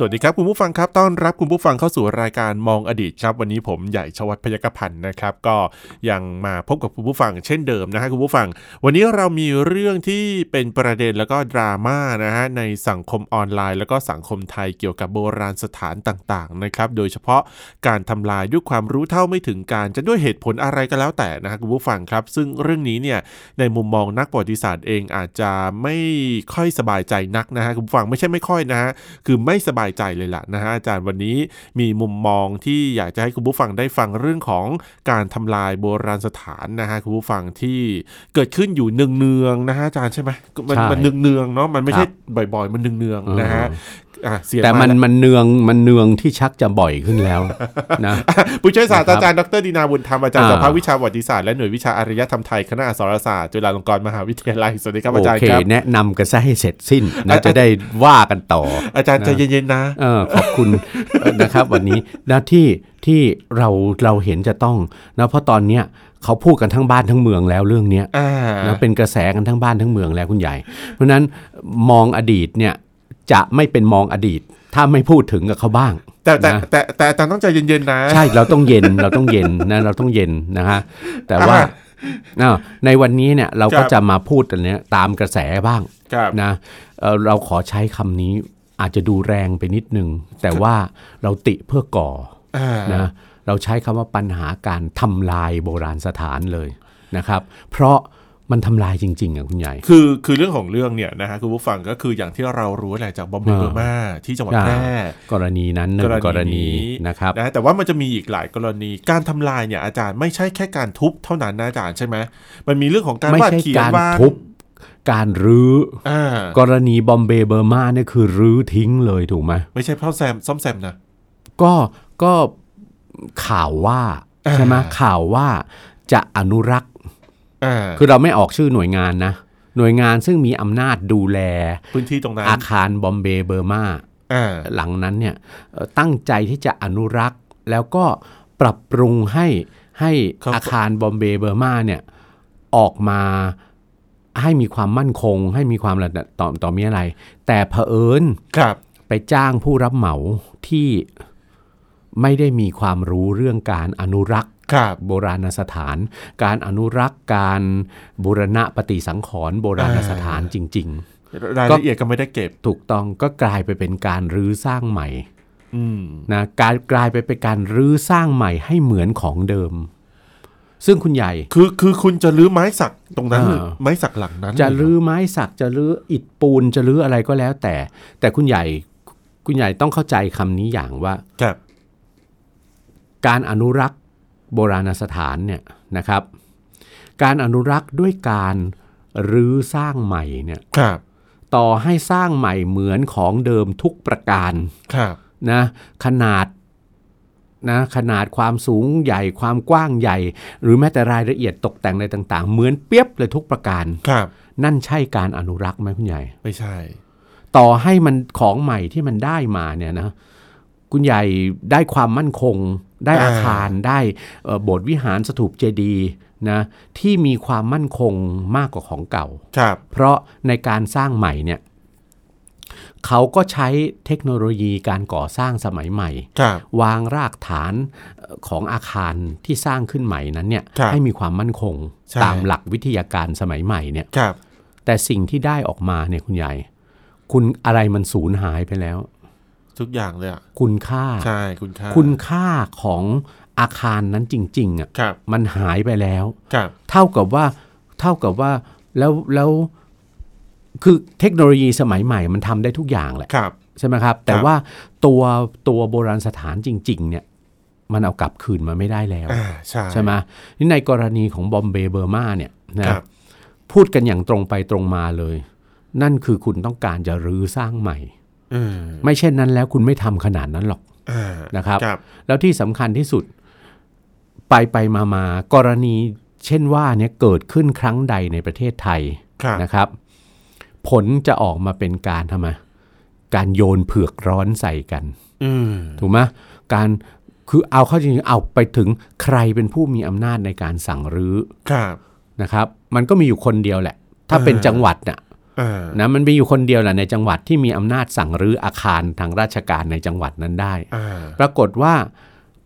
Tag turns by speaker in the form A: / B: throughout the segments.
A: สวัสดีครับคุณผู้ฟังครับต้อนรับคุณผู้ฟังเข้าสู่รายการมองอดีตครับ วันนี้ผมใหญ่ชวัฒน์พยกพันธ์นะครับ ก็ยังมาพบกับคุณผู้ฟังเช่นเดิมนะฮะคุณผู้ฟัง วันนี้เรามีเรื่องที่เป็นประเด็นแล้วก็ดราม่านะฮะในสังคมออนไลน์ แล้วก็สังคมไทยเกี่ยวกับโบราณสถานต่างๆนะครับโดยเฉพาะการทำลายด้วยความรู้เท่าไม่ถึงการจะด้วยเหตุผลอะไรก็แล้วแต่นะฮะคุณผู้ฟังครับ ซึ่งเรื่องนี้เนี่ยในมุมมองนักประวัติศาสตร์เองอาจจะไม่ค่อยสบายใจนักนะฮะคุณผู้ฟังไม่ใช่ไม่ค่อยนะฮะ คือไม่สบายใจเลยล่ะนะฮะอาจารย์วันนี้มีมุมมองที่อยากจะให้คุณผู้ฟังได้ฟังเรื่องของการทำลายโบราณสถานนะฮะคุณผู้ฟังที่เกิดขึ้นอยู่เนืองๆนะฮะอาจารย์ใช่ไหมก็มัน
B: ใช่
A: มันเนืองๆเนาะมันไม่
B: ครั
A: ใช่
B: บ
A: บ่อยๆ มันเนืองๆนะฮะอ่ะเสียง
B: แต่มัน
A: มาล้ว
B: มันเนืองมันเนืองที่ชักจะบ่อยขึ้นแล้วนะ
A: ผู้ช่วยศาสตราจารย์ดรดินาบุญธรรมอาจารย์
B: อ่า
A: สาภาควิชาประวัติศาสตร์และหน่วยวิชาอารยธรรมไทยคณะอักษรศาสตร์จุฬาลงกรณ์มหาวิทยาลัยสวัสดีครับอา
B: โอ
A: จารย์
B: เค
A: ครับ
B: แนะนำกันซะให้เสร็จสิ้นนะจะได้ว่ากัน ต่อ
A: อาจารย์ใจเย็นๆนะ
B: เออขอบคุณ เอ่อนะครับวันนี้นะที่ที่เราเราเห็นจะต้องนะเพราะตอนเนี้ยเขาพูดกันทั้งบ้านทั้งเมืองแล้วเรื่องเนี้ย
A: อ่า
B: นะเป็นกระแสกันทั้งบ้านทั้งเมืองแล้วคุณใหญ่ เพราะฉะนั้นมองอดีตเนี่ยจะไม่เป็นมองอดีต ถ้าไม่พูดถึงกับเขาบ้าง
A: แต่แต่
B: นะ
A: แต่แต่อาจารย์ต้องใจเย็นๆนะ
B: ใช่เราต้องเย็นเราต้องเย็นนะเราต้องเย็นนะฮะแต่ว่า
A: อ่ะ
B: อ่าในวันนี้เนี่ยเรา
A: ค
B: ก็
A: รับ
B: จะมาพูดกันเนี้ยตามกระแสบ้าง
A: ครับ
B: นะเอ่อเราขอใช้คำนี้อาจจะดูแรงไปนิดนึง แต่ว่าเราติเพื่อก่อ
A: อ่า
B: นะเราใช้คำว่าปัญหาการทำลายโบราณสถานเลยนะครับ เพราะมันทำลายจริงๆอ่ะคุณใหญ่
A: คือคือเรื่องของเรื่องเนี่ยนะฮะคุณผู้ฟังก็คืออย่างที่เรารู้แหละจากบอมเบย์เบอร์มาที่จังหวัด
B: อ่า
A: แพร่
B: กรณีนั้นหนึ่งกรณีนะครับ
A: นะแต่ว่ามันจะมีอีกหลายกรณีการทำลายเนี่ยอาจารย์ไม่ใช่แค่การทุบเท่านั้นนะอาจารย์ใช่ไหมมันมีเรื่องของการ
B: ไม่
A: วาด
B: ใช่
A: เขียน
B: การ
A: วาด
B: ทุบการรื้อ
A: อ่าก
B: รณีบอมเบย์เบอร์มาเนี่ยคือรื้อทิ้งเลยถูกไหม
A: ไม่ใช่เพราะแซมซ่อมแซมนะ
B: ก็ก็ข่าวว่าใช่ไหม
A: อ่า
B: ข่าวว่าจะอนุรักษ์
A: อ่า
B: คือเราไม่ออกชื่อหน่วยงานนะ หน่วยงานซึ่งมีอำนาจดูแล
A: พื้นที่ตรงนั้น
B: อาคารบอมเบย์เบอร์มา
A: อ่า
B: หลังนั้นเนี่ยเอ่อตั้งใจที่จะอนุรักษ์แล้วก็ปรับปรุงให้ให้อาคารบอมเบย์เบอร์มาเนี่ยออกมาให้มีความมั่นคง ให้มีความระดับต่อต่อมีอะไร แต่เผอิญ
A: ครับ
B: ไปจ้างผู้รับเหมาที่ไม่ได้มีความรู้เรื่องการอนุรักษ์
A: ครับ
B: โบราณสถาน การอนุรักษ์การบูรณะปฏิสังขรณ์โบราณสถานจริง
A: รายละเอียดก็ไม่ได้เก็บ
B: ๆ ถูกต้องก็กลายไปเป็นการรื้อสร้างใหม่
A: อืม
B: นะการกลายไปเป็นการรื้อสร้างใหม่ให้เหมือนของเดิม ซึ่งคุณใหญ่
A: คือคือคุณจะรื้อไม้สักตรงนั้น
B: อ่า
A: ไม้สักหลังนั้น
B: จะ
A: เยเห
B: รื้อไม้สักจะรื้ออิฐปูนจะรื้ออะไรก็แล้ว แต่ แต่คุณใหญ่คุณใหญ่ต้องเข้าใจคำนี้อย่างว่า
A: ครับ
B: การอนุรักษ์โบราณสถานเนี่ยนะครับ การอนุรักษ์ด้วยการรื้อสร้างใหม่เนี่ย
A: ครับ
B: ต่อให้สร้างใหม่เหมือนของเดิมทุกประการ
A: ครับ
B: นะขนาดนะขนาดความสูงใหญ่ความกว้างใหญ่ หรือแม้แต่รายละเอียดตกแต่งอะไรต่าง ๆ เหมือนเปรียบเลยทุกประการ
A: ครับ
B: นั่นใช่การอนุรักษ์ไหมคุณใหญ่
A: ไม่ใช่
B: ต่อให้มันของใหม่ที่มันได้มาเนี่ยนะคุณใหญ่ได้ความมั่นคง ได้อาคารได้เอ่อโบสถ์วิหารสถูปเจดีย์นะที่มีความมั่นคงมากกว่าของเก่า
A: ครับ
B: เพราะในการสร้างใหม่เนี่ยเขาก็ใช้เทคโนโลยีการก่อสร้างสมัยใหม่
A: ครับ
B: วางรากฐานเอ่อของอาคารที่สร้างขึ้นใหม่นั้นเนี่ย
A: ครับ
B: ให้มีความมั่นคง
A: ใช่
B: ตามหลักวิทยาการสมัยใหม่เนี่ย
A: ครับ
B: แต่สิ่งที่ได้ออกมาเนี่ยคุณใหญ่ คุณอะไรมันสูญหายไปแล้ว
A: ทุกอย่างเลยอ่ะ
B: คุณค่า
A: ใช่คุณค่า
B: คุณค่าของอาคารนั้นจริงๆอ่ะ
A: ครับ
B: มันหายไปแล้ว
A: ครับ
B: เท่ากับว่าเท่ากับว่าแล้วแล้วคือเทคโนโลยีสมัยใหม่มันทำได้ทุกอย่างแหละ
A: ครับ
B: ใช่ไหมครับ แต่
A: ครับ
B: ว่าตัวตัวโบราณสถานจริง ๆ เนี่ย มันเอากลับคืนมาไม่ได้แล้ว
A: อ่าใช่
B: ใช่ไหมนี่ในกรณีของบอมเบย์เบอร์มาเนี่ยนะ
A: ครับ
B: พูดกันอย่างตรงไปตรงมาเลย นั่นคือคุณต้องการจะรื้อสร้างใหม่
A: อืม
B: ไม่เช่นนั้นแล้วคุณไม่ทำขนาดนั้นหรอก
A: อ่า
B: นะครับ
A: ครับ
B: แล้วที่สำคัญที่สุด ไปไปมามากรณี เช่นว่าเนี่ยเกิดขึ้นครั้งใดในประเทศไทย
A: ครับ
B: นะครับ ผลจะออกมาเป็นการทำไมการโยนเผือกร้อนใส่กัน
A: อืม
B: ถูกไหมการคือเอาเข้าจริงๆเอาไปถึงใครเป็นผู้มีอำนาจในการสั่งรื้อ
A: ครับ
B: นะครับ มันก็มีอยู่คนเดียวแหละ ถ้าเป็น
A: อ่า
B: จังหวัดน่ะ
A: อ่า
B: นะมันมีอยู่คนเดียวแหละในจังหวัดที่มีอำนาจสั่งรื้ออาคารทางราชการในจังหวัดนั้นได้
A: อ่า
B: ปรากฏว่า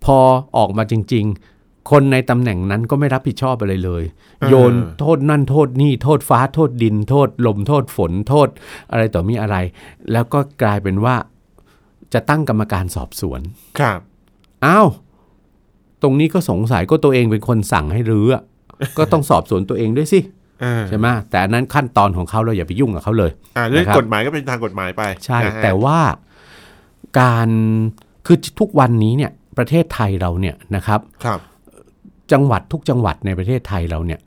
B: พอออกมาจริง ๆ คนในตำแหน่งนั้นก็ไม่รับผิดชอบอะไรเลย โยนโทษนั่นโทษนี่โทษฟ้าโทษดิน โทษลมโทษฝนโทษอะไรต่อมีอะไร แล้วก็กลายเป็นว่าจะตั้งกรรมการสอบสวน
A: ครับ
B: อ้าว ตรงนี้ก็สงสัยก็ตัวเองเป็นคนสั่งให้รื้ออะ ก็ต้องสอบสวนตัวเองด้วยสิ
A: อ่า
B: ใช่ไหมแต่อันนั้นขั้นตอนของเขาเราอย่าไปยุ่งกับเขาเลย
A: อ่าเรื่อง
B: นะครับ
A: กฎหมายก็เป็นทางกฎหมายไป
B: ใช่
A: นะฮะ
B: แต่ว่าการคือทุกวันนี้เนี่ยประเทศไทยเราเนี่ยนะครับ
A: ครับ
B: จังหวัดทุกจังหวัดในประเทศไทยเราเนี่ย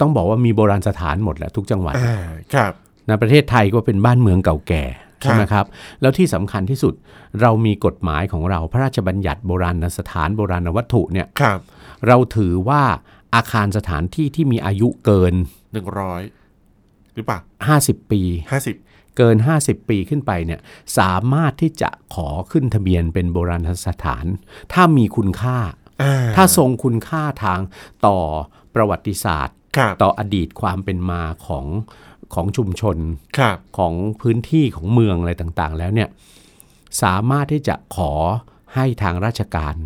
B: ต้องบอกว่ามีโบราณสถานหมดแหละทุกจังหวัด
A: อ่า ครับ
B: นะประเทศไทยก็เป็นบ้านเมืองเก่าแก่
A: ครับ
B: ใช่ไหมครับ แล้วที่สำคัญที่สุดเรามีกฎหมายของเราพระราชบัญญัติโบราณสถานโบราณวัตถุเนี่ย
A: ครับ
B: เราถือว่าอาคารสถานที่ที่มีอายุเกิน
A: หนึ่งร้อยหรือเปล่า
B: 50 ปี
A: ห้าสิบ
B: เกิน 50 ปีขึ้นไปเนี่ยสามารถที่จะขอขึ้นทะเบียนเป็นโบราณสถาน ถ้ามีคุณค่า
A: อ่า
B: ถ้าทรงคุณค่าทางต่อประวัติศาสตร์
A: ครับ
B: ต่ออดีตความเป็นมาของของชุมชน
A: ครับ
B: ของพื้นที่ของเมืองอะไรต่างๆ แล้วเนี่ยสามารถที่จะขอให้ทางราชการ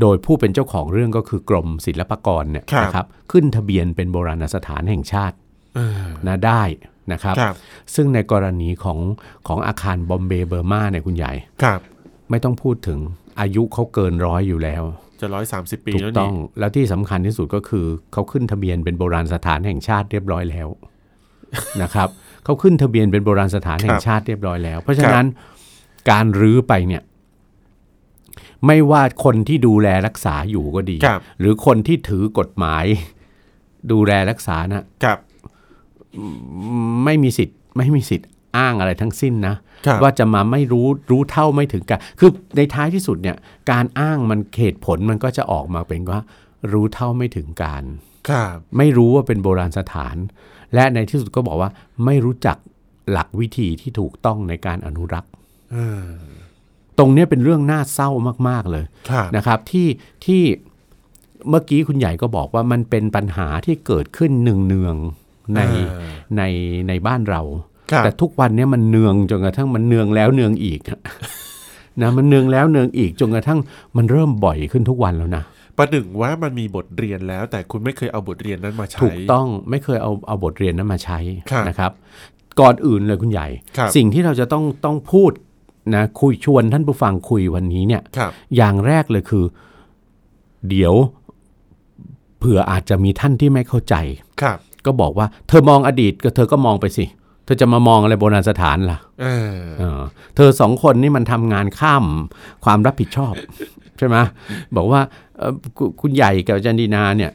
B: โดยผู้เป็นเจ้าของเรื่องก็คือกรมศิลปากรเนี่ย
A: ครับ
B: นะครับขึ้นทะเบียนเป็นโบราณสถานแห่งชาติ
A: เออ
B: นะได้นะครับ
A: ครับ
B: ซึ่งในกรณีของของอาคารบอมเบย์เบอร์มาเนี่ยคุณใหญ่
A: ครับ
B: ไม่ต้องพูดถึงอายุเขาเกินร้อยอยู่แล้ว
A: จะร้อยสามสิบปี
B: ถูก
A: แล้ว
B: ต้
A: นี่
B: องแล้วที่สำคัญที่สุดก็คือเขาขึ้นทะเบียนเป็นโบราณสถานแห่งชาติเรียบร้อยแล้ว นะครับ เขาขึ้นทะเบียนเป็นโบราณสถานแห่งชาติเรียบร้อยแล้ว เพราะฉะนั้นการรื้อไปเนี่ยไม่ว่าคนที่ดูแลรักษาอยู่ก็ดี
A: ครับ
B: หรือคนที่ถือกฎหมาย ดูแลรักษานะครับ ไม่มีสิทธิ์ไม่มีสิทธิ์อ้างอะไรทั้งสิ้นนะ
A: ครับ
B: ว่าจะมาไม่รู้รู้เท่าไม่ถึงการคือในท้ายที่สุดเนี่ยการอ้างมันเหตุผลมันก็จะออกมาเป็นว่า รู้เท่าไม่ถึงการ
A: ครับ
B: ไม่รู้ว่าเป็นโบราณสถาน และในที่สุดก็บอกว่าไม่รู้จักหลักวิธีที่ถูกต้องในการอนุรักษ์
A: เออ
B: ตรงเนี้ยเป็นเรื่องน่าเศร้ามาก ๆ เลย
A: ครับ
B: นะครับที่ที่เมื่อกี้คุณใหญ่ก็บอกว่ามันเป็นปัญหาที่เกิดขึ้นเนืองๆใน
A: อ่า
B: ในในบ้านเรา
A: ครับ
B: แต่ทุกวันเนี้ยมันเนืองจนกระทั่งมันเนืองแล้วเนืองอีกอะ นะมันเนืองแล้วเนืองอีกจนกระทั่งมันเริ่มบ่อยขึ้นทุกวันแล้วนะ
A: ประหนึ่งว่ามันมีบทเรียนแล้ว แต่คุณไม่เคยเอาบทเรียนนั้นมาใช้
B: ถูกต้องไม่เคยเอาเอาบทเรียนนั้นมาใช้
A: ครับ
B: นะครับ ก่อนอื่นเลยคุณใหญ่
A: ครับ
B: สิ่งที่เราจะต้องต้องพูดนะคุยชวนท่านผู้ฟังคุยวันนี้เนี่ย
A: ครับ
B: อย่างแรกเลยคือ เดี๋ยวเผื่ออาจจะมีท่านที่ไม่เข้าใจ
A: ครับ
B: ก็บอกว่าเธอมองอดีตก็เธอก็มองไปสิ เธอจะมามองอะไรโบราณสถานล่ะ
A: เออ
B: เออเธอสองคนนี่มันทำงานข้ามความรับผิดชอบ ใช่ไหมบอกว่าเอ่อคุคุณใหญ่กับอาจันดีนาเนี่ย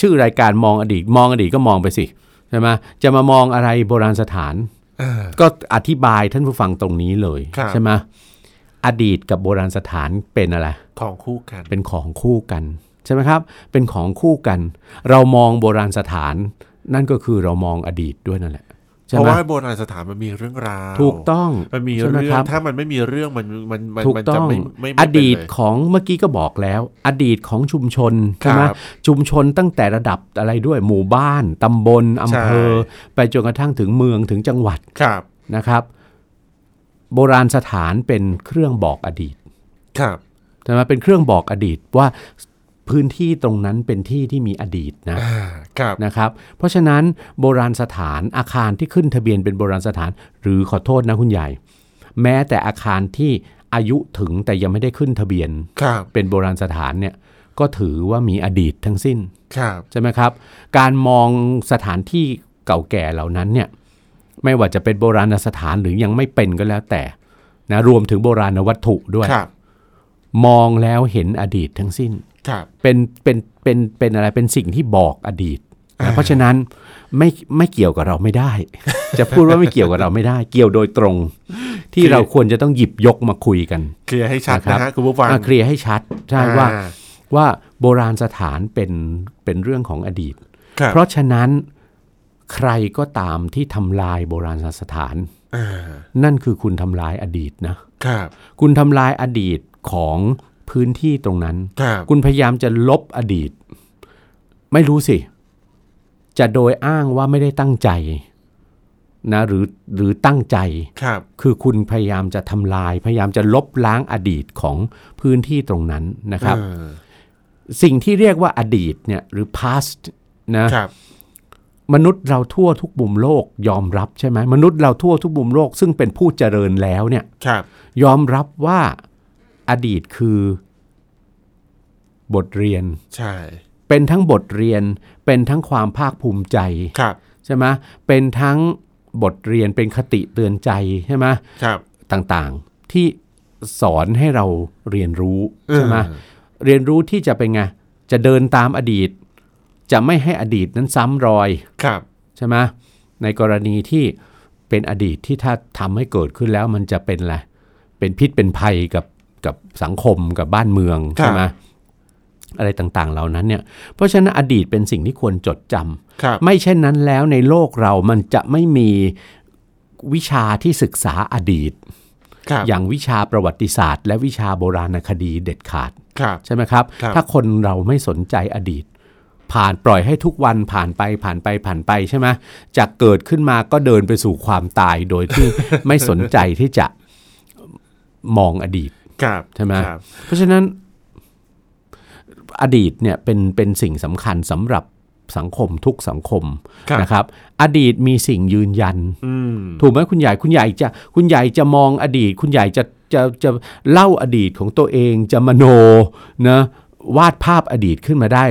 B: ชื่อรายการมองอดีตมองอดีตก็มองไปสิใช่ไหมจะมามองอะไรโบราณสถาน
A: เออ
B: ก็อธิบายท่านผู้ฟังตรงนี้เลย
A: ครับ
B: ใช่ไหมอดีตกับโบราณสถานเป็นอะไร
A: ของคู่กัน
B: เป็นของคู่กันใช่ไหมครับ เป็นของคู่กัน เรามองโบราณสถาน นั่นก็คือเรามองอดีตด้วยนั่นแหละใช่
A: เพ
B: ไห
A: ราะ
B: ม
A: ว่าโบราณสถานมันมีเรื่องราว
B: ถูกต้อง
A: มันมี
B: ใช่ไห
A: เรื่อง
B: ครับ
A: ถ้ามันไม่มีเรื่องมันมันมัน
B: ถูก
A: มัน
B: ต้
A: จะ
B: อง
A: ไม่ไม่
B: อ
A: ไม่เป็นเลย
B: ดีตของเมื่อกี้ก็บอกแล้ว อดีตของชุมชนใช่ไหม
A: ครับ
B: ชุมชนตั้งแต่ระดับอะไรด้วยหมู่บ้าน ตำบลอำเภอ
A: ใช่
B: ไปจนกระทั่งถึงเมืองถึงจังหวัด
A: ครับ
B: นะครับ โบราณสถานเป็นเครื่องบอกอดีต
A: ครับ
B: ใช่ไหมเป็นเครื่องบอกอดีตว่าพื้นที่ตรงนั้นเป็นที่ที่มีอดีตนะ
A: อ่าครับ
B: นะครับ เพราะฉะนั้นโบราณสถานอาคารที่ขึ้นทะเบียนเป็นโบราณสถาน หรือขอโทษนะคุณใหญ่ แม้แต่อาคารที่อายุถึงแต่ยังไม่ได้ขึ้นทะเบียน
A: ครับ
B: เป็นโบราณสถานเนี่ยก็ถือว่ามีอดีตทั้งสิ้น
A: ครับ
B: ใช่ไหมครับ การมองสถานที่เก่าแก่เหล่านั้นเนี่ยไม่ว่าจะเป็นโบราณสถานหรือยังไม่เป็นก็แล้วแต่นะรวมถึงโบราณวัตถุด้วย
A: ครับ
B: มองแล้วเห็นอดีตทั้งสิ้น
A: ครับ
B: เป็นเป็นเป็นเป็นอะไรเป็นสิ่งที่บอกอดีตนะเพราะฉะนั้นไม่ไม่เกี่ยวกับเราไม่ได้ จะพูดว่าไม่เกี่ยวกับเราไม่ได้ เกี่ยวโดยตรง ที่เราควรจะต้องหยิบยกมาคุยกัน
A: เคลียร์ให้ชัดนะ
B: ครั
A: ฮะ
B: บ
A: คุณผู้ฟัง
B: อ่ะเคลียร์ให้ชัดใช่ว่า
A: อ่
B: ว่าโบราณสถานเป็นเป็นเรื่องของอดีต
A: ครับ
B: เพราะฉะนั้นใครก็ตามที่ทำลายโบราณสถาน
A: อ่า
B: นั่นคือคุณทำลายอดีตนะครับ คุณทำลายอดีตของพื้นที่ตรงนั้น
A: ครับ
B: คุณพยายามจะลบอดีต ไม่รู้สิ จะโดยอ้างว่าไม่ได้ตั้งใจนะหรือหรือตั้งใจ
A: ครับ
B: คือคุณพยายามจะทำลาย พยายามจะลบล้างอดีตของพื้นที่ตรงนั้นนะครับ
A: เออ
B: สิ่งที่เรียกว่าอดีตเนี่ยหรือ past นะครับมนุษย์เราทั่วทุกมุมโลกยอมรับใช่ไหมมนุษย์เราทั่วทุกมุมโลกซึ่งเป็นผู้เจริญแล้วเนี่ย
A: ครับ
B: ยอมรับว่าอดีตคือบทเรียน
A: ใช่
B: เป็นทั้งบทเรียน เป็นทั้งความภาคภูมิใจ
A: ครับ
B: ใช่ไหมเป็นทั้งบทเรียนเป็นคติเตือนใจใช่ไหม
A: ครับ
B: ต่างๆที่สอนให้เราเรียนรู้
A: เออ
B: ใช่ไหมเรียนรู้ที่จะเป็นไงจะเดินตามอดีต จะไม่ให้อดีตนั้นซ้ำรอย
A: ครับ
B: ใช่ไหมในกรณีที่เป็นอดีตที่ถ้าทำให้เกิดขึ้นแล้วมันจะเป็นอะไรเป็นพิษเป็นภัยกับกับสังคมกับบ้านเมือง
A: ครับ
B: ใช่ไหมอะไรต่างๆเหล่านั้นเนี่ยเพราะฉะนั้นอดีตเป็นสิ่งที่ควรจดจำ
A: ครับ
B: ไม่เช่นนั้นแล้วในโลกเรามันจะไม่มีวิชาที่ศึกษาอดีต
A: ครับ
B: อย่างวิชาประวัติศาสตร์ และวิชาโบราณคดีเด็ดขาด
A: ครับ
B: ใช่ไหมครับ
A: ครับ
B: ถ้าคนเราไม่สนใจอดีต ผ่านปล่อยให้ทุกวันผ่านไปผ่านไปผ่านไปใช่ไหมจากเกิดขึ้นมาก็เดินไปสู่ความตายโดยที่ ไม่สนใจที่จะมองอดีต
A: ครับ
B: ใช่ไหม
A: ครับ
B: เพราะฉะนั้นอดีตเนี่ยเป็นเป็นสิ่งสำคัญสำหรับสังคมทุกสังคม
A: ครับ
B: นะครับ อดีตมีสิ่งยืนยัน
A: อืม
B: ถูกไหมคุณใหญ่คุณใหญ่จะคุณใหญ่จะมองอดีต คุณใหญ่จะจะจะเล่าอดีตของตัวเองจะมโนนะวาดภาพอดีตขึ้นมาได้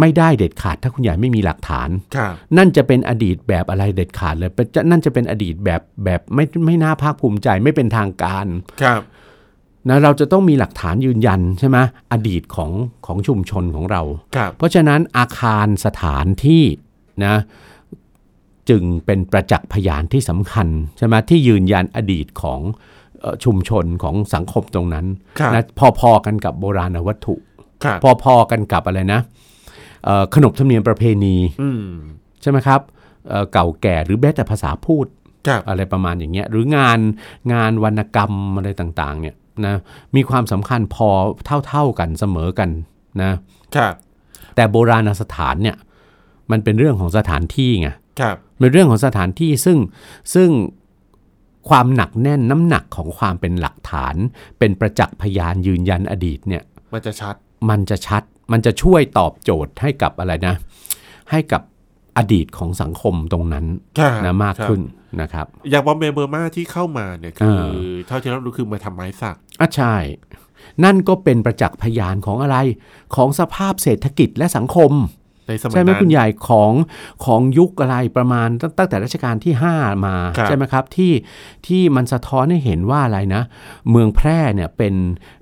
B: ไม่ได้เด็ดขาด ถ้าคุณใหญ่ไม่มีหลักฐาน
A: ครับ
B: นั่นจะเป็นอดีตแบบอะไรเด็ดขาดเลยเป็นจะนั่นจะเป็นอดีตแบบแบบไม่ไม่น่าภาคภูมิใจไม่เป็นทางการ
A: ครับ
B: นะเราจะต้องมีหลักฐานยืนยันใช่ไหมอดีตของของชุมชนของเรา
A: ครับ
B: เพราะฉะนั้นอาคารสถานที่นะจึงเป็นประจักษ์พยานที่สำคัญใช่ไหมที่ยืนยันอดีตของเอ่อชุมชนของสังคมตรงนั้น
A: ครับ
B: นะพอๆกันกับโบราณวัตถุ
A: ครับ
B: พอๆกันกับอะไรนะเอ่อขนบธรรมเนียมประเพณี
A: อืม
B: ใช่ไหมครับเอ่อเก่าแก่หรือแม้แต่ภาษาพูด
A: ครับ
B: อะไรประมาณอย่างเงี้ยหรืองานงานวรรณกรรมอะไรต่างๆเนี่ยนะมีความสำคัญพอเท่าๆกันเสมอกันนะ
A: ครับ
B: แต่โบราณสถานเนี่ยมันเป็นเรื่องของสถานที่ไง
A: ครับ
B: เป็นเรื่องของสถานที่ซึ่งซึ่งความหนักแน่นน้ำหนักของความเป็นหลักฐาน เป็นประจักษ์พยานยืนยันอดีตเนี่ย
A: มันจะชัด
B: มันจะชัดมันจะช่วยตอบโจทย์ให้กับอะไรนะ ให้กับอดีตของสังคมตรงนั้น
A: ครับ
B: นะมาก
A: ครับ
B: ขึ้นนะครับ
A: อย่างบอมเบย์เบอร์มาที่เข้ามาเนี่ยคือ
B: เออ
A: เท่าที่เรารู้คือมาทำไม้สัก
B: อ่ะใช่นั่นก็เป็นประจักษ์พยานของอะไรของสภาพเศรษฐกิจและสังคม
A: ในสมัย
B: ใช่ไหม
A: นั้น
B: คุณใหญ่ของของยุคอะไรประมาณตั้งตั้งแต่รัชกาลที่ 5 มา
A: ครับ
B: ใช่ไหมครับที่ที่มันสะท้อนให้เห็นว่าอะไรนะ เมืองแพร่เนี่ยเป็น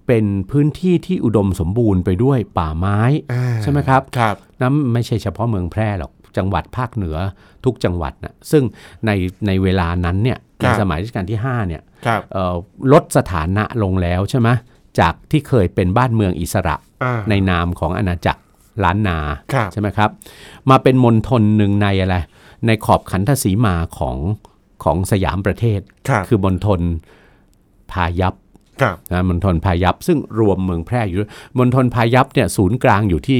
B: เป็นพื้นที่ที่อุดมสมบูรณ์ไปด้วยป่าไม้
A: อ่า
B: ใช่ไหมครับ
A: ครับ
B: นั้นไม่ใช่เฉพาะเมืองแพร่หรอกจังหวัดภาคเหนือทุกจังหวัดนะซึ่งในในเวลานั้นเนี่ยในสมัยรัชกาลที่5เนี่ย
A: ครับ
B: เอ่อลดสถานะลงแล้วใช่ไหมจากที่เคยเป็นบ้านเมืองอิสระ
A: อ่า
B: ในนามของอาณาจักรล้านนา
A: ครับ
B: ใช่ไหมครับ มาเป็นมณฑลหนึ่งในอะไร ในขอบขันธสีมาของของสยามประเทศ
A: ครับ
B: คือมณฑลพายัพ
A: ครับ
B: นะมณฑลพายัพซึ่งรวมเมืองแพร่อยู่ด้วยมณฑลพายัพเนี่ยศูนย์กลางอยู่ที่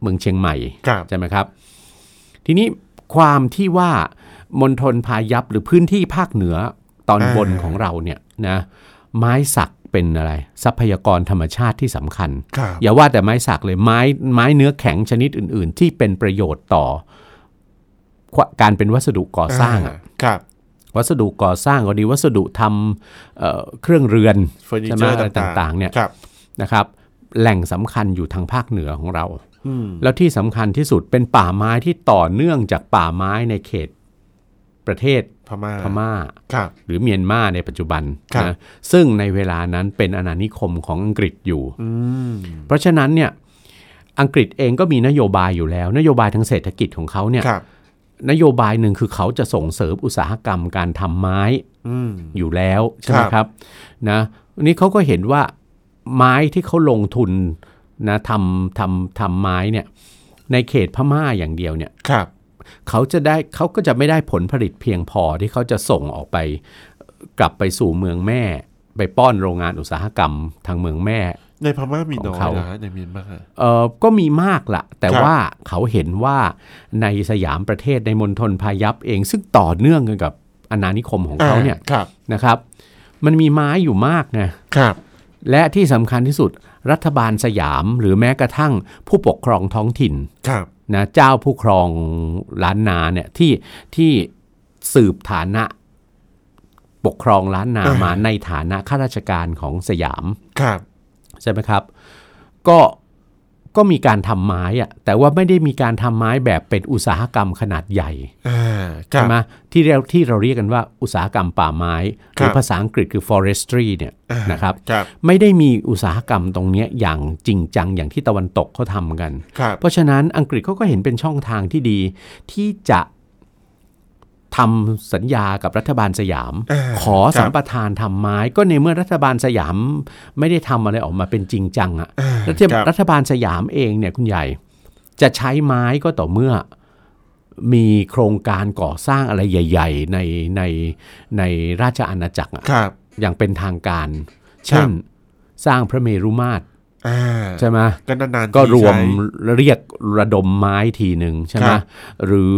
B: เมืองเชียงใหม่
A: ครับ
B: ใช่ไหมครับ ทีนี้ความที่ว่ามณฑลพายัพหรือพื้นที่ภาคเหนือตอนบนของเราเนี่ยนะไม้สักเป็นอะไร ทรัพยากรธรรมชาติที่สำคัญ
A: ครับ
B: อย่าว่าแต่ไม้สักเลยไม้ไม้เนื้อแข็งชนิดอื่น ๆ ที่เป็นประโยชน์ต่อควการเป็นวัสดุก่อสร้างอะ
A: ครับ
B: วัสดุก่อสร้างก็ดีวัสดุทำเอ่อเครื่องเรือน
A: เฟอร์นิ
B: ใช่ไห
A: เจ
B: ม
A: อร์
B: อะไร
A: ต่างๆ
B: ต่างๆเนี่ย
A: ครับ
B: นะครับ แหล่งสำคัญอยู่ทางภาคเหนือของเรา
A: อืม
B: แล้วที่สำคัญที่สุดเป็นป่าไม้ที่ต่อเนื่องจากป่าไม้ในเขตประเทศ
A: พม่า
B: พม่า
A: ครับ
B: หรือเมียนมาในปัจจุบัน
A: ครับ
B: นะซึ่งในเวลานั้นเป็นอาณานิคมของอังกฤษอยู่
A: อืม
B: เพราะฉะนั้นเนี่ยอังกฤษเองก็มีนโยบายอยู่แล้ว นโยบายทางเศรษฐกิจของเขาเนี่ย
A: ครับ
B: นโยบายหนึ่งคือเขาจะส่งเสริมอุตสาหกรรมการทำไม้
A: อืม
B: อยู่แล้วใช่ไหม
A: ครับ
B: ครับนะนี่เขาก็เห็นว่าไม้ที่เขาลงทุน นะทำทำทำไม้เนี่ยในเขตพม่าอย่างเดียวเนี่ย
A: ครับ
B: เขาจะได้เขาก็จะไม่ได้ผลผลิตเพียงพอที่เขาจะส่งออกไป กลับไปสู่เมืองแม่ ไปป้อนโรงงานอุตสาหกรรมทางเมืองแม่
A: ในพม่ามีน้อย
B: ของเขา
A: นะในเมียนมา
B: เออก็มีมากละแต่
A: ครับ
B: ว่าเขาเห็นว่าในสยามประเทศในมณฑลพายัพเองซึ่งต่อเนื่องกันกับอาณานิคมของเขา
A: ะ
B: เนี่ย
A: ครับ
B: นะครับ มันมีไม้อยู่มากไง
A: ครับ
B: และที่สำคัญที่สุดรัฐบาลสยามหรือแม้กระทั่งผู้ปกครองท้องถิ่น
A: ครับ
B: นะเจ้าผู้ครองล้านนาเนี่ยที่ที่สืบฐานะปกครองล้านนา
A: อ่าม
B: มาในฐานะข้าราชการของสยาม
A: ครับ
B: ใช่ไหมครับ ก็ ก็มีการทำไม้อะแต่ว่าไม่ได้มีการทำไม้แบบเป็นอุตสาหกรรมขนาดใหญ่
A: อ่าครั
B: ใช่
A: บ
B: ไหมที่เราที่เราเรียกกันว่าอุตสาหกรรมป่าไม้ หรื
A: ค
B: อ
A: รับ
B: ภาษาอังกฤษคือ forestry เนี่ยนะครับ
A: ครับ
B: ไม่ได้มีอุตสาหกรรมตรงเนี้ยอย่างจริงจังอย่างที่ตะวันตกเขาทำกัน
A: ครับ
B: เพราะฉะนั้นอังกฤษเขาก็เห็นเป็นช่องทางที่ดี ที่จะทำสัญญากับรัฐบาลสยาม
A: า
B: ขอสั
A: ค
B: ม
A: รับ
B: ปทานทำไม้ก็ในเมื่อรัฐบาลสยามไม่ได้ทำอะไรออกมาเป็นจริงจังอะ
A: อ่า
B: รัฐ
A: ครับ
B: รัฐบาลสยามเองเนี่ยคุณใหญ่ จะใช้ไม้ก็ต่อเมื่อมีโครงการก่อสร้างอะไรใหญ่ ๆ ในในในราชอาณาจักรอะ
A: ครับ
B: อย่างเป็นทางการ เช่น สร้างพระเมรุมาตร
A: อ่า
B: ใช่ไหม
A: ก็นานๆ
B: ก็
A: ที
B: รวม
A: ใช้
B: เรียกระดมไม้ทีหนึ่งใช่ไหม
A: ครับ
B: หรือ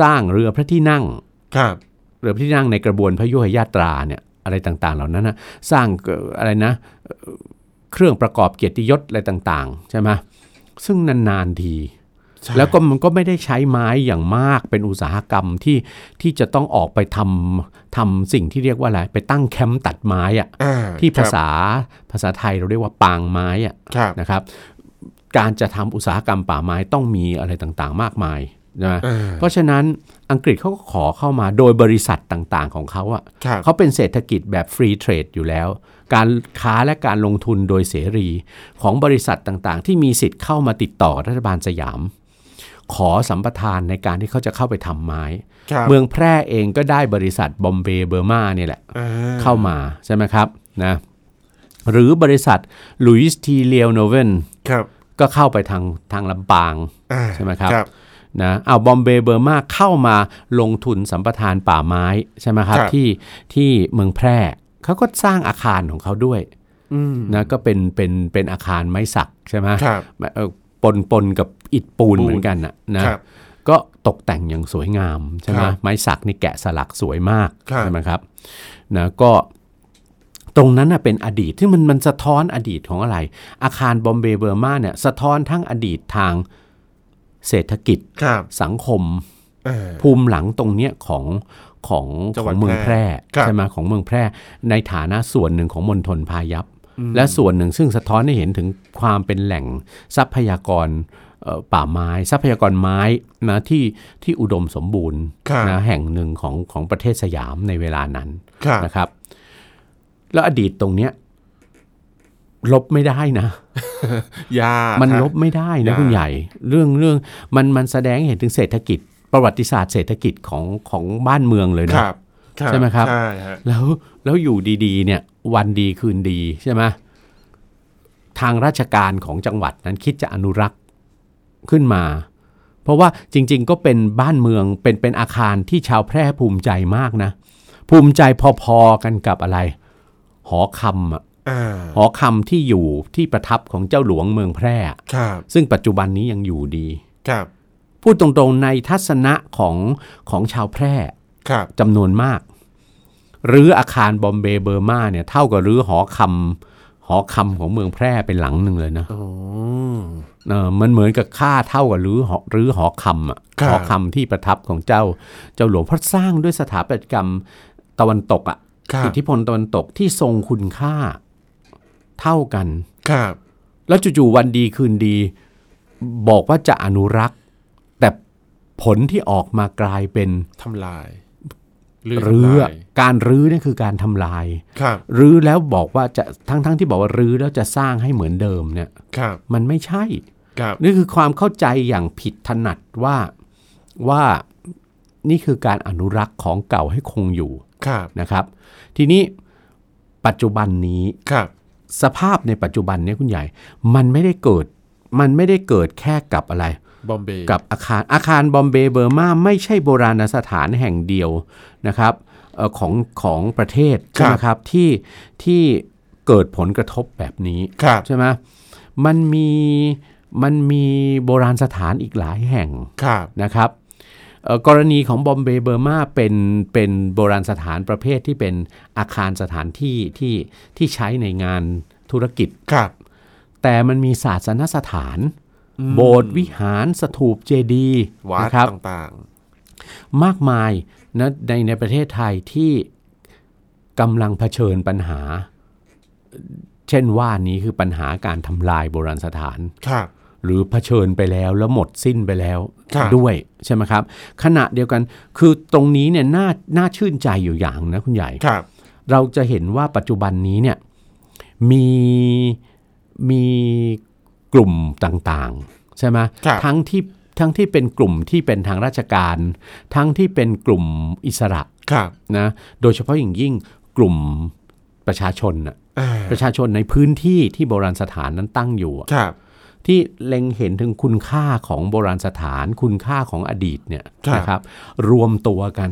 B: สร้างเรือพระที่นั่ง
A: ครับ
B: เรือพระที่นั่งในกระบวนพระยุหยาตราเนี่ยอะไรต่างๆ เหล่านั้นนะสร้างเอ่ออะไรนะเอ่อเครื่องประกอบเกียรติยศอะไรต่างๆใช่ไหมซึ่งนานๆที
A: ใช่
B: แล้วก็มันก็ไม่ได้ใช้ไม้อย่างมากเป็นอุตสาหกรรมที่ที่จะต้องออกไปทำทำสิ่งที่เรียกว่าอะไรไปตั้งแคมป์ตัดไม้อะ
A: อ่า
B: ที่
A: ค
B: ภา
A: รับ
B: ษาภาษาไทยเราเรียกว่าปางไม้อะ
A: ครับ
B: นะครับการจะทำอุตสาหกรรมป่าไม้ต้องมีอะไรต่างๆ มากมายนะ
A: อ่า
B: เพราะฉะนั้นอังกฤษเขาก็ขอเข้ามาโดยบริษัทต่างๆของเขาอะ
A: ครับ
B: เขาเป็นเศรษฐกิจแบบฟรีเทรดอยู่แล้ว การค้าและการลงทุนโดยเสรีของบริษัทต่างๆ ที่มีสิทธิ์เข้ามาติดต่อรัฐบาลสยาม ขอสัมปทานในการที่เขาจะเข้าไปทำไม้
A: ครับ
B: เมืองแพร่เองก็ได้บริษัทบอมเบย์เบอร์มาเนี่ยแหละ
A: อ่า
B: เข้ามาใช่ไหมครับนะหรือบริษัทลุยส์ทีเล o โนเวน
A: ครับ
B: ก็เข้าไปทางทางลำปาง
A: อ่า
B: ใช่ไหมครับ
A: ครับ
B: นะเอาบอมเบย์เบอร์มาเข้ามาลงทุนสัมปทานป่าไม้ใช่ไหมครับ
A: ครับ
B: ที่ที่เมืองแพร่เขาก็สร้างอาคารของเขาด้วย
A: อืม
B: นะก็เป็นเป็นเป็นอาคารไม้สักใช่ไหม
A: ครับ
B: เอ่อปนปนกับอิฐปูน
A: ปูน
B: เหมือนกันน่ะนะครับ ก็ตกแต่งอย่างสวยงามใช่ไหม
A: ครับ
B: ไม้สักนี่แกะสลักสวยมาก
A: ครับ
B: ใช่ไหมครับนะก็ตรงนั้นน่ะเป็นอดีตที่มันมันสะท้อนอดีตของอะไร อาคารบอมเบย์เบอร์มาเนี่ยสะท้อนทั้งอดีตทางเศรษฐกิจ
A: ครับ
B: สังคม
A: อ่า
B: ภูมิหลังตรงเนี้ยของของ
A: จัง
B: ข
A: หวั
B: อ
A: ด
B: งเมืองแพร่
A: แพร่ครับ
B: ใช่ไหมของเมืองแพร่ ในฐานะส่วนหนึ่งของมณฑลพายัพ และส่วนหนึ่งซึ่งสะท้อนให้เห็นถึงความเป็นแหล่งทรัพยากรเอ่อป่าไม้ ทรัพยากรไม้นะที่ที่อุดมสมบูรณ์
A: ครับ
B: นะแห่งหนึ่งของของประเทศสยามในเวลานั้น
A: ครับ
B: นะครับ แล้วอดีตตรงเนี้ยลบไม่ได้นะ
A: ยา
B: มั
A: มัน
B: ลบไม่ได้
A: ยา
B: นะ
A: ก
B: คุณใหญ่ เรื่องเรื่องมันมันแสดงให้เห็นถึงเศรษฐกิจ ประวัติศาสตร์เศรษฐกิจของของบ้านเมืองเลย
A: ค
B: นะ
A: รับ
B: ใช่ไหมครับ
A: ใช่ฮะ
B: แล้วแล้วอยู่ดีๆ เนี่ยวันดีคืนดีใช่ไหมทางราชการของจังหวัดนั้นคิดจะอนุรักษ์ขึ้นมา เพราะว่าจริง ๆ ก็เป็นบ้านเมืองเป็นเป็นอาคารที่ชาวแพร่ภูมิใจมากนะ ภูมิใจพอๆกันกับอะไร หอคำอะ
A: อ่า
B: หอคำที่อยู่ที่ประทับของเจ้าหลวงเมืองแพร่อะ
A: ครับ
B: ซึ่งปัจจุบันนี้ยังอยู่ดี
A: ครับ
B: พูดตรงๆในทัศนะของของชาวแพร่
A: ครับ
B: จำนวนมากหรืออาคารบอมเบย์เบอร์มาเนี่ยเท่ากับรื้อหอคำหอคำของเมืองแพร่ไปหลังหนึ่งเลยนะ
A: โอ้
B: เออมันเหมือนกับค่าเท่ากับรื้อหอรื้อหอคำอะ
A: ครับ
B: หอคำที่ประทับของเจ้าเจ้าหลวงเพราะสร้างด้วยสถาปัตยกรรมตะวันตกอะ
A: ครับ
B: อิทธิพลตะวันตกที่ทรงคุณค่าเท่ากัน
A: ครับ
B: แล้วจู่ๆวันดีคืนดี บอกว่าจะอนุรักษ์ แต่ผลที่ออกมากลายเป็น
A: ทำลาย
B: รื้อ
A: ทำลาย
B: การรื้อนี่คือการทำลาย
A: ครับ
B: รื้อแล้วบอกว่าจะทั้งๆที่บอกว่ารื้อแล้วจะสร้างให้เหมือนเดิมเนี่ย
A: ครับ
B: มันไม่ใช่
A: ครับ
B: นี่คือความเข้าใจอย่างผิดถนัดว่าว่านี่คือการอนุรักษ์ของเก่าให้คงอยู่
A: ครับ
B: นะครับ ทีนี้ปัจจุบันนี้
A: ครับ
B: สภาพในปัจจุบันเนี่ยคุณใหญ่ มันไม่ได้เกิด มันไม่ได้เกิดแค่กับอะไร
A: บอมเบย์
B: กับอาคารอาคารบอมเบย์เบอร์มาไม่ใช่โบราณสถานแห่งเดียวนะครับเอ่อของของประเทศใช่ไหมครับที่ที่เกิดผลกระทบแบบนี้
A: ครับ
B: ใช่ไหมมันมีมันมีโบราณสถานอีกหลายแห่ง
A: ครับ
B: นะครับเอ่อกรณีของบอมเบย์เบอร์มาเป็นเป็นโบราณสถานประเภทที่เป็นอาคารสถานที่ที่ที่ใช้ในงานธุรกิจ
A: ครับ
B: แต่มันมีศาสนสถาน โบสถ์วิหารสถูปเจดีย์
A: วัด
B: นะครับ
A: ต่าง
B: มากมายนะในในประเทศไทยที่กำลังเผชิญปัญหา เช่นว่านี้คือปัญหาการทำลายโบราณสถาน
A: ๆ ครับ
B: หรือเผชิญไปแล้วแล้วหมดสิ้นไปแล้ว
A: ครับ
B: ด้วยใช่ไหมครับ ขณะเดียวกันคือตรงนี้เนี่ยน่าน่าชื่นใจอยู่อย่างนะคุณใหญ่
A: ครับ
B: เราจะเห็นว่าปัจจุบันนี้เนี่ยมีมีกลุ่มต่างๆใช่ไหม
A: ครับ
B: ทั้งที่ทั้งที่เป็นกลุ่มที่เป็นทางราชการ ทั้งที่เป็นกลุ่มอิสระ
A: ครับ
B: นะโดยเฉพาะอย่างยิ่งกลุ่มประชาชนน่ะ
A: อ่า
B: ประชาชนในพื้นที่ที่โบราณสถานนั้นตั้งอยู่อะ
A: ครับ
B: ที่เล็งเห็นถึงคุณค่าของโบราณสถาน คุณค่าของอดีตเนี่ยนะครับรวมตัวกัน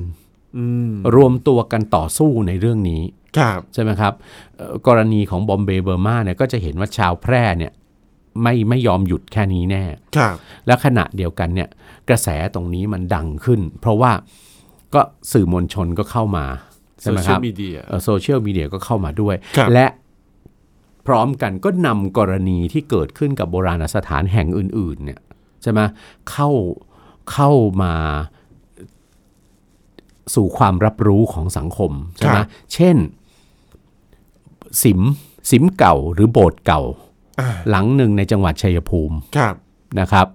A: อืม
B: รวมตัวกันต่อสู้ในเรื่องนี้
A: ครับ
B: ใช่ไหมครับเอ่อกรณีของบอมเบย์เบอร์มาเนี่ยก็จะเห็นว่าชาวแพร่เนี่ยไม่ไม่ยอมหยุดแค่นี้แน่
A: ครับ
B: และขณะเดียวกันเนี่ยกระแสตรงนี้มันดังขึ้น เพราะว่าก็สื่อมวลชนก็เข้ามา
A: โซ
B: ใช่ไหม
A: เชี
B: ค
A: ย
B: รั
A: ล
B: บ
A: มีเดีย
B: เอ่อโซเชียลมีเดียก็เข้ามาด้วย
A: ครับ
B: และพร้อมกันก็นำกรณีที่เกิดขึ้นกับโบราณสถานแห่งอื่นๆเนี่ยใช่ไหมเข้าเข้ามาสู่ความรับรู้ของสังคมใช่ไห
A: ค
B: ม
A: รับ
B: เช่น สิมสิมเก่าหรือโบสถ์เก่า
A: อ่า
B: หลังหนึ่งในจังหวัดชัยภูมิ
A: ครับ
B: นะครับ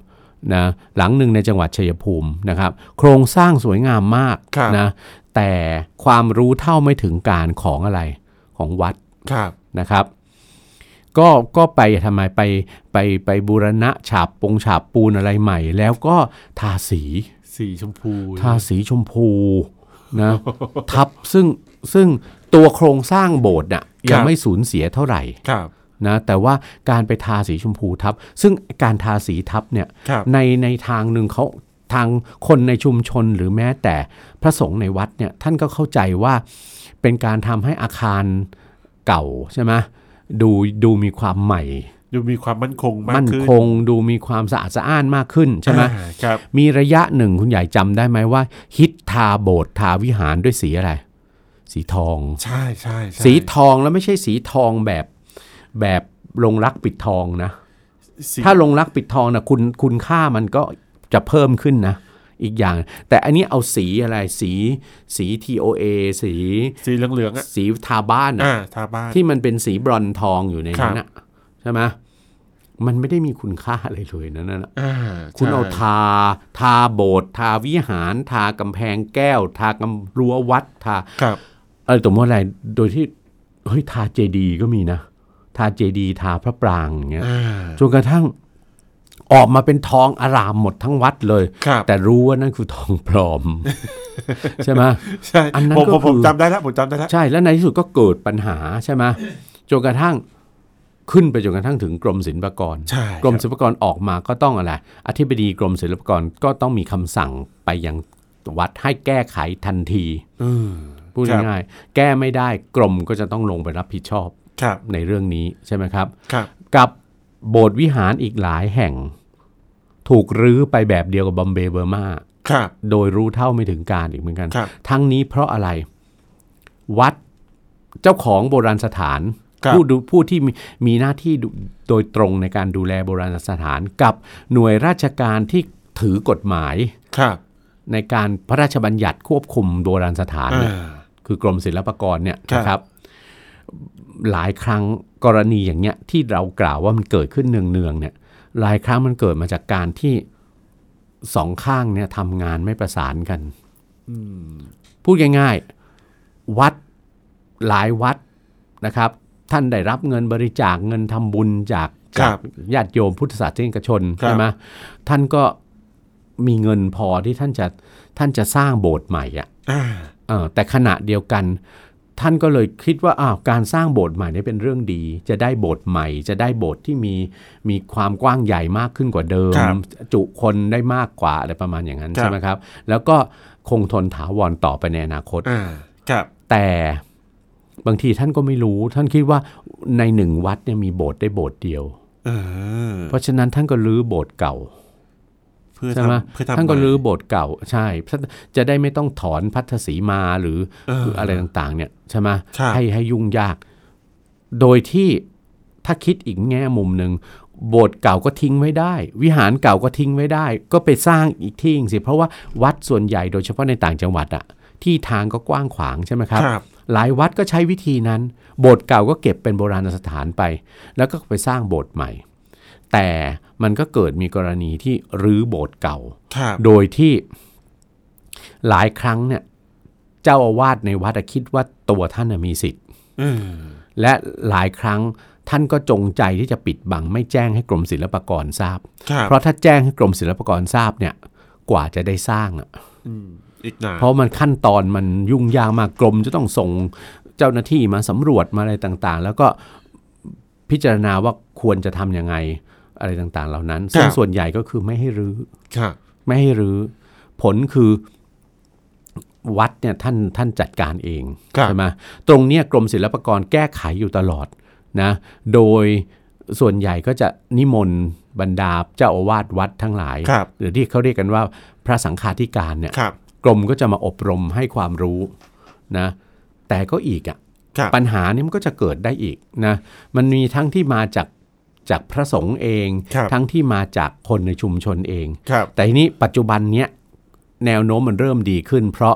B: นะหลังหนึ่งในจังหวัดชัยภูมินะครับ โครงสร้างสวยงามมากนะแต่ความรู้เท่าไม่ถึงการของอะไรของวัด
A: ครับ
B: นะครับ ก็ก็ไปทำไมไปไปไปบูรณะฉาบปงฉาบปูนอะไรใหม่ แล้วก็ทาสี
A: สีชมพู
B: ทาสีชมพูนะ ทับซึ่งซึ่งตัวโครงสร้างโบสถ์น่ะ
A: ครั
B: ยัง
A: บ
B: ไม่สูญเสียเท่าไหร่
A: ครับ
B: นะแต่ว่าการไปทาสีชมพูทับ ซึ่งการทาสีทับเนี่ย
A: ครับ
B: ในในทางหนึ่งเขาทางคนในชุมชนหรือแม้แต่พระสงฆ์ในวัดเนี่ยท่านก็เข้าใจว่าเป็นการทำให้อาคารเก่าใช่ไหมดูดูมีความใหม่
A: ดูมีความมั่นคงมาก
B: มั่น
A: ขึ้น
B: คงดูมีความสะอาดสะอ้านมากขึ้นใช่ไหม
A: อ่าครับ
B: มีระยะหนึ่งคุณใหญ่จำได้ไหมว่า ฮิตทาโบสถ์ทาวิหารด้วยสีอะไร สีทอง
A: ใช่ใช่ใช่
B: สีทองแล้วไม่ใช่สีทองแบบแบบลงรักปิดทองนะ
A: สี
B: ถ้าลงรักปิดทองนะคุณคุณค่ามันก็จะเพิ่มขึ้นนะ อีกอย่าง แต่อันนี้เอาสีอะไรสีสี TOA สี
A: สีเหลืองๆอ่ะ
B: สีทาบ้านอะ
A: อ่าทาบ้าน
B: ที่มันเป็นสีบรอนซ์ทองอยู่ในนั้นอะใช่ไหมมันไม่ได้มีคุณค่าอะไรเลยนะนั่นน่ะ
A: อ่า
B: คุณ
A: ใช่
B: เอาทาทาโบสถ์ทาวิหาร ทากำแพงแก้ว ทากำรั้ววัดทา
A: ครับ
B: เออสมมติอะไรโดยที่เฮ้ยทาเจดีย์ก็มีนะ ทาเจดีย์ทาพระปรางอย่างเงี้ย
A: อ่า
B: จนกระทั่งออกมาเป็นทองอารามหมดทั้งวัดเลย
A: ครับ
B: แต่รู้ว่านั่นคือทองปล อม ใช่ไหม
A: ใช่
B: อันนั้น
A: ผม
B: ก็
A: ผมผม
B: คือ
A: จำได้แล้วผมจำได้แล้ว
B: ใช่แล้วในที่สุดก็เกิดปัญหาใช่ไหมจนกระทั่งขึ้นไปจนกระทั่งถึงกรมศิลปากร
A: ใช่
B: กรม
A: ค
B: ศิลปากรออกมาก็ต้องอะไรอธิบดีกรมศิลปากรก็ต้องมีคำสั่งไปยังวัดให้แก้ไขทันที
A: อืม
B: พูดง่ายๆแก้ไม่ได้กรมก็จะต้องลงไปรับผิดชอบ
A: ครับ
B: ในเรื่องนี้ใช่ไหมครับ
A: ครับ
B: กับโบสถ์วิหารอีกหลายแห่ง ถูกรื้อไปแบบเดียวกับบอมเบย์เบอร์มา
A: ครับ
B: โดยรู้เท่าไม่ถึงการอีกเหมือนกัน
A: ครับ
B: ทั้งนี้เพราะอะไรวัดเจ้าของโบราณสถาน
A: ครับ
B: ผู้ดูผู้ที่มีมีหน้าที่ดูโดยตรงในการดูแลโบราณสถาน กับหน่วยราชการที่ถือกฎหมาย
A: ครับ
B: ในการพระราชบัญญัติควบคุมโบราณสถานเนี่ย
A: อ่า
B: คือกรมศิลปากรเนี่ย
A: ครับ
B: นะครับ หลายครั้งกรณีอย่างเนี้ยที่เรากล่าวว่ามันเกิดขึ้นเนืองๆเนี่ย หลายครั้งมันเกิดมาจากการที่สองข้างเนี่ยทำงานไม่ประสานกันพูดง่ายๆ วัดหลายวัดนะครับ ท่านได้รับเงินบริจาคเงินทำบุญจาก
A: ครั
B: จาก
A: บ
B: ญาติโยมพุทธศาสนิกชน
A: ครับ
B: ใช่ไหมท่านก็มีเงินพอที่ท่านจะท่านจะสร้างโบสถ์ใหม่อะ
A: อ่า
B: เออแต่ขณะเดียวกัน ท่านก็เลยคิดว่าอ้าวการสร้างโบสถ์ใหม่เนี่ยเป็นเรื่องดี จะได้โบสถ์ใหม่ จะได้โบสถ์ที่มีมีความกว้างใหญ่มากขึ้นกว่าเดิม
A: ครับ
B: จุคนได้มากกว่าอะไรประมาณอย่างนั้น
A: ครับ
B: ใช่ไหมครับ แล้วก็คงทนถาวรต่อไปในอนาคต
A: อ่าครับ
B: แต่บางทีท่านก็ไม่รู้ท่านคิดว่าในหนึ่งวัดเนี่ยมีโบสถ์ได้โบสถ์เดียว
A: เออ
B: เพราะฉะนั้นท่านก็รื้อโบสถ์เก่า
A: เพื่อ
B: ใช่ไหม
A: ทำเพื่อทำ
B: ท่านก็
A: ใหม่
B: รื้อโบสถ์เก่าใช่ท่านจะได้ไม่ต้องถอนพัทธสีมาหรือ
A: เออ
B: อะไรต่างๆ เนี่ยใช่ไหม
A: ครับ
B: ให้ให้ยุ่งยาก โดยที่ถ้าคิดอีกแง่มุมหนึ่งโบสถ์เก่าก็ทิ้งไว้ได้ วิหารเก่าก็ทิ้งไว้ได้ ก็ไปสร้างอีกที่หนึ่งสิเพราะว่าวัดส่วนใหญ่โดยเฉพาะในต่างจังหวัดอะที่ทางก็กว้างขวางใช่ไหมครับ
A: ครับ
B: หลายวัดก็ใช้วิธีนั้น โบสถ์เก่าก็เก็บเป็นโบราณสถานไป แล้วก็ไปสร้างโบสถ์ใหม่ แต่มันก็เกิดมีกรณีที่รื้อโบสถ์เก่า
A: ครับ
B: โดยที่หลายครั้งเนี่ยเจ้าอาวาสในวัดอะคิดว่าตัวท่านน่ะมีสิทธิ์
A: เออ
B: และหลายครั้งท่านก็จงใจที่จะปิดบัง ไม่แจ้งให้กรมศิลปากรทราบ
A: ครับ
B: เพราะถ้าแจ้งให้กรมศิลปากรทราบเนี่ยกว่าจะได้สร้างอะ
A: อืมอีกนาน
B: เพราะมันขั้นตอนมันยุ่งยากมากกรมจะต้องส่งเจ้าหน้าที่มาสำรวจมาอะไรต่างๆ แล้วก็พิจารณาว่าควรจะทำยังไงอะไรต่างๆ เหล่านั้น ซึ่งส่วนใหญ่ก็คือไม่ให้รื้อ
A: ครับ
B: ไม่ให้รื้อ ผลคือวัดเนี่ยท่านท่านจัดการเอง
A: ครับ
B: ใช่ไหมตรงเนี้ยกรมศิลปากรแก้ไขอยู่ตลอดนะโดยส่วนใหญ่ก็จะนิมนต์บรรดาเจ้าอาวาสวัดทั้งหลาย
A: ครับ
B: หรือที่เขาเรียกกันว่าพระสังฆาธิการเนี่ย
A: ครับ
B: กรมก็จะมาอบรมให้ความรู้นะ แต่ก็อีกอะ
A: ครับ
B: ปัญหานี้มันก็จะเกิดได้อีกนะ มันมีทั้งที่มาจากจากพระสงฆ์เอง
A: ครับ
B: ทั้งที่มาจากคนในชุมชนเอง
A: ครับ
B: แต่ทีนี้ปัจจุบันเนี้ยแนวโน้มมันเริ่มดีขึ้น เพราะ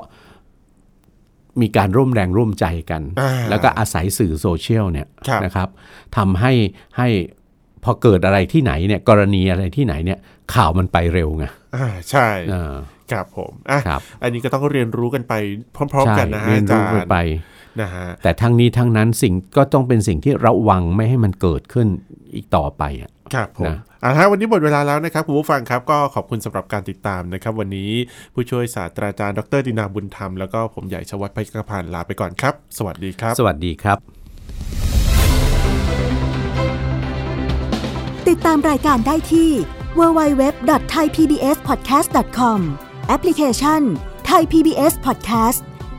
B: มีการร่วมแรงร่วมใจกัน
A: อ่า
B: แล้วก็อาศัยสื่อโซเชียลเนี่ย
A: ครับ
B: นะครับทำให้ให้พอเกิดอะไรที่ไหนเนี่ยกรณีอะไรที่ไหนเนี่ยข่าวมันไปเร็วไง
A: อ่าใช่
B: เออ
A: ครับผมอ่ะ
B: ครับ
A: อันนี้ก็ต้องเรียนรู้กันไปพร้อม
B: ใช่
A: ๆ กันนะฮะ
B: เรียน
A: อาจาร
B: รู้
A: ย์
B: ไป
A: นะฮะ
B: แต่ทั้งนี้ทั้งนั้นสิ่งก็ต้องเป็นสิ่งที่ระวังไม่ให้มันเกิดขึ้นอีกต่อไปอะ
A: ครับผม
B: นะ
A: อ่าฮะวันนี้หมดเวลาแล้วนะครับคุณผู้ฟังครับก็ขอบคุณสำหรับการติดตามนะครับ วันนี้ผู้ช่วยศาสตราจารย์ดรดินาบุญธรรมแล้วก็ผมใหญ่ชวัฒน์ไพกระพันธ์ลาไปก่อนครับ สวัสดีครับ
B: สวัสดีครับ
C: ติดตามรายการได้ที่ www.thaipbspodcast.com แอปพลิเคชัน Thai PBS Podcast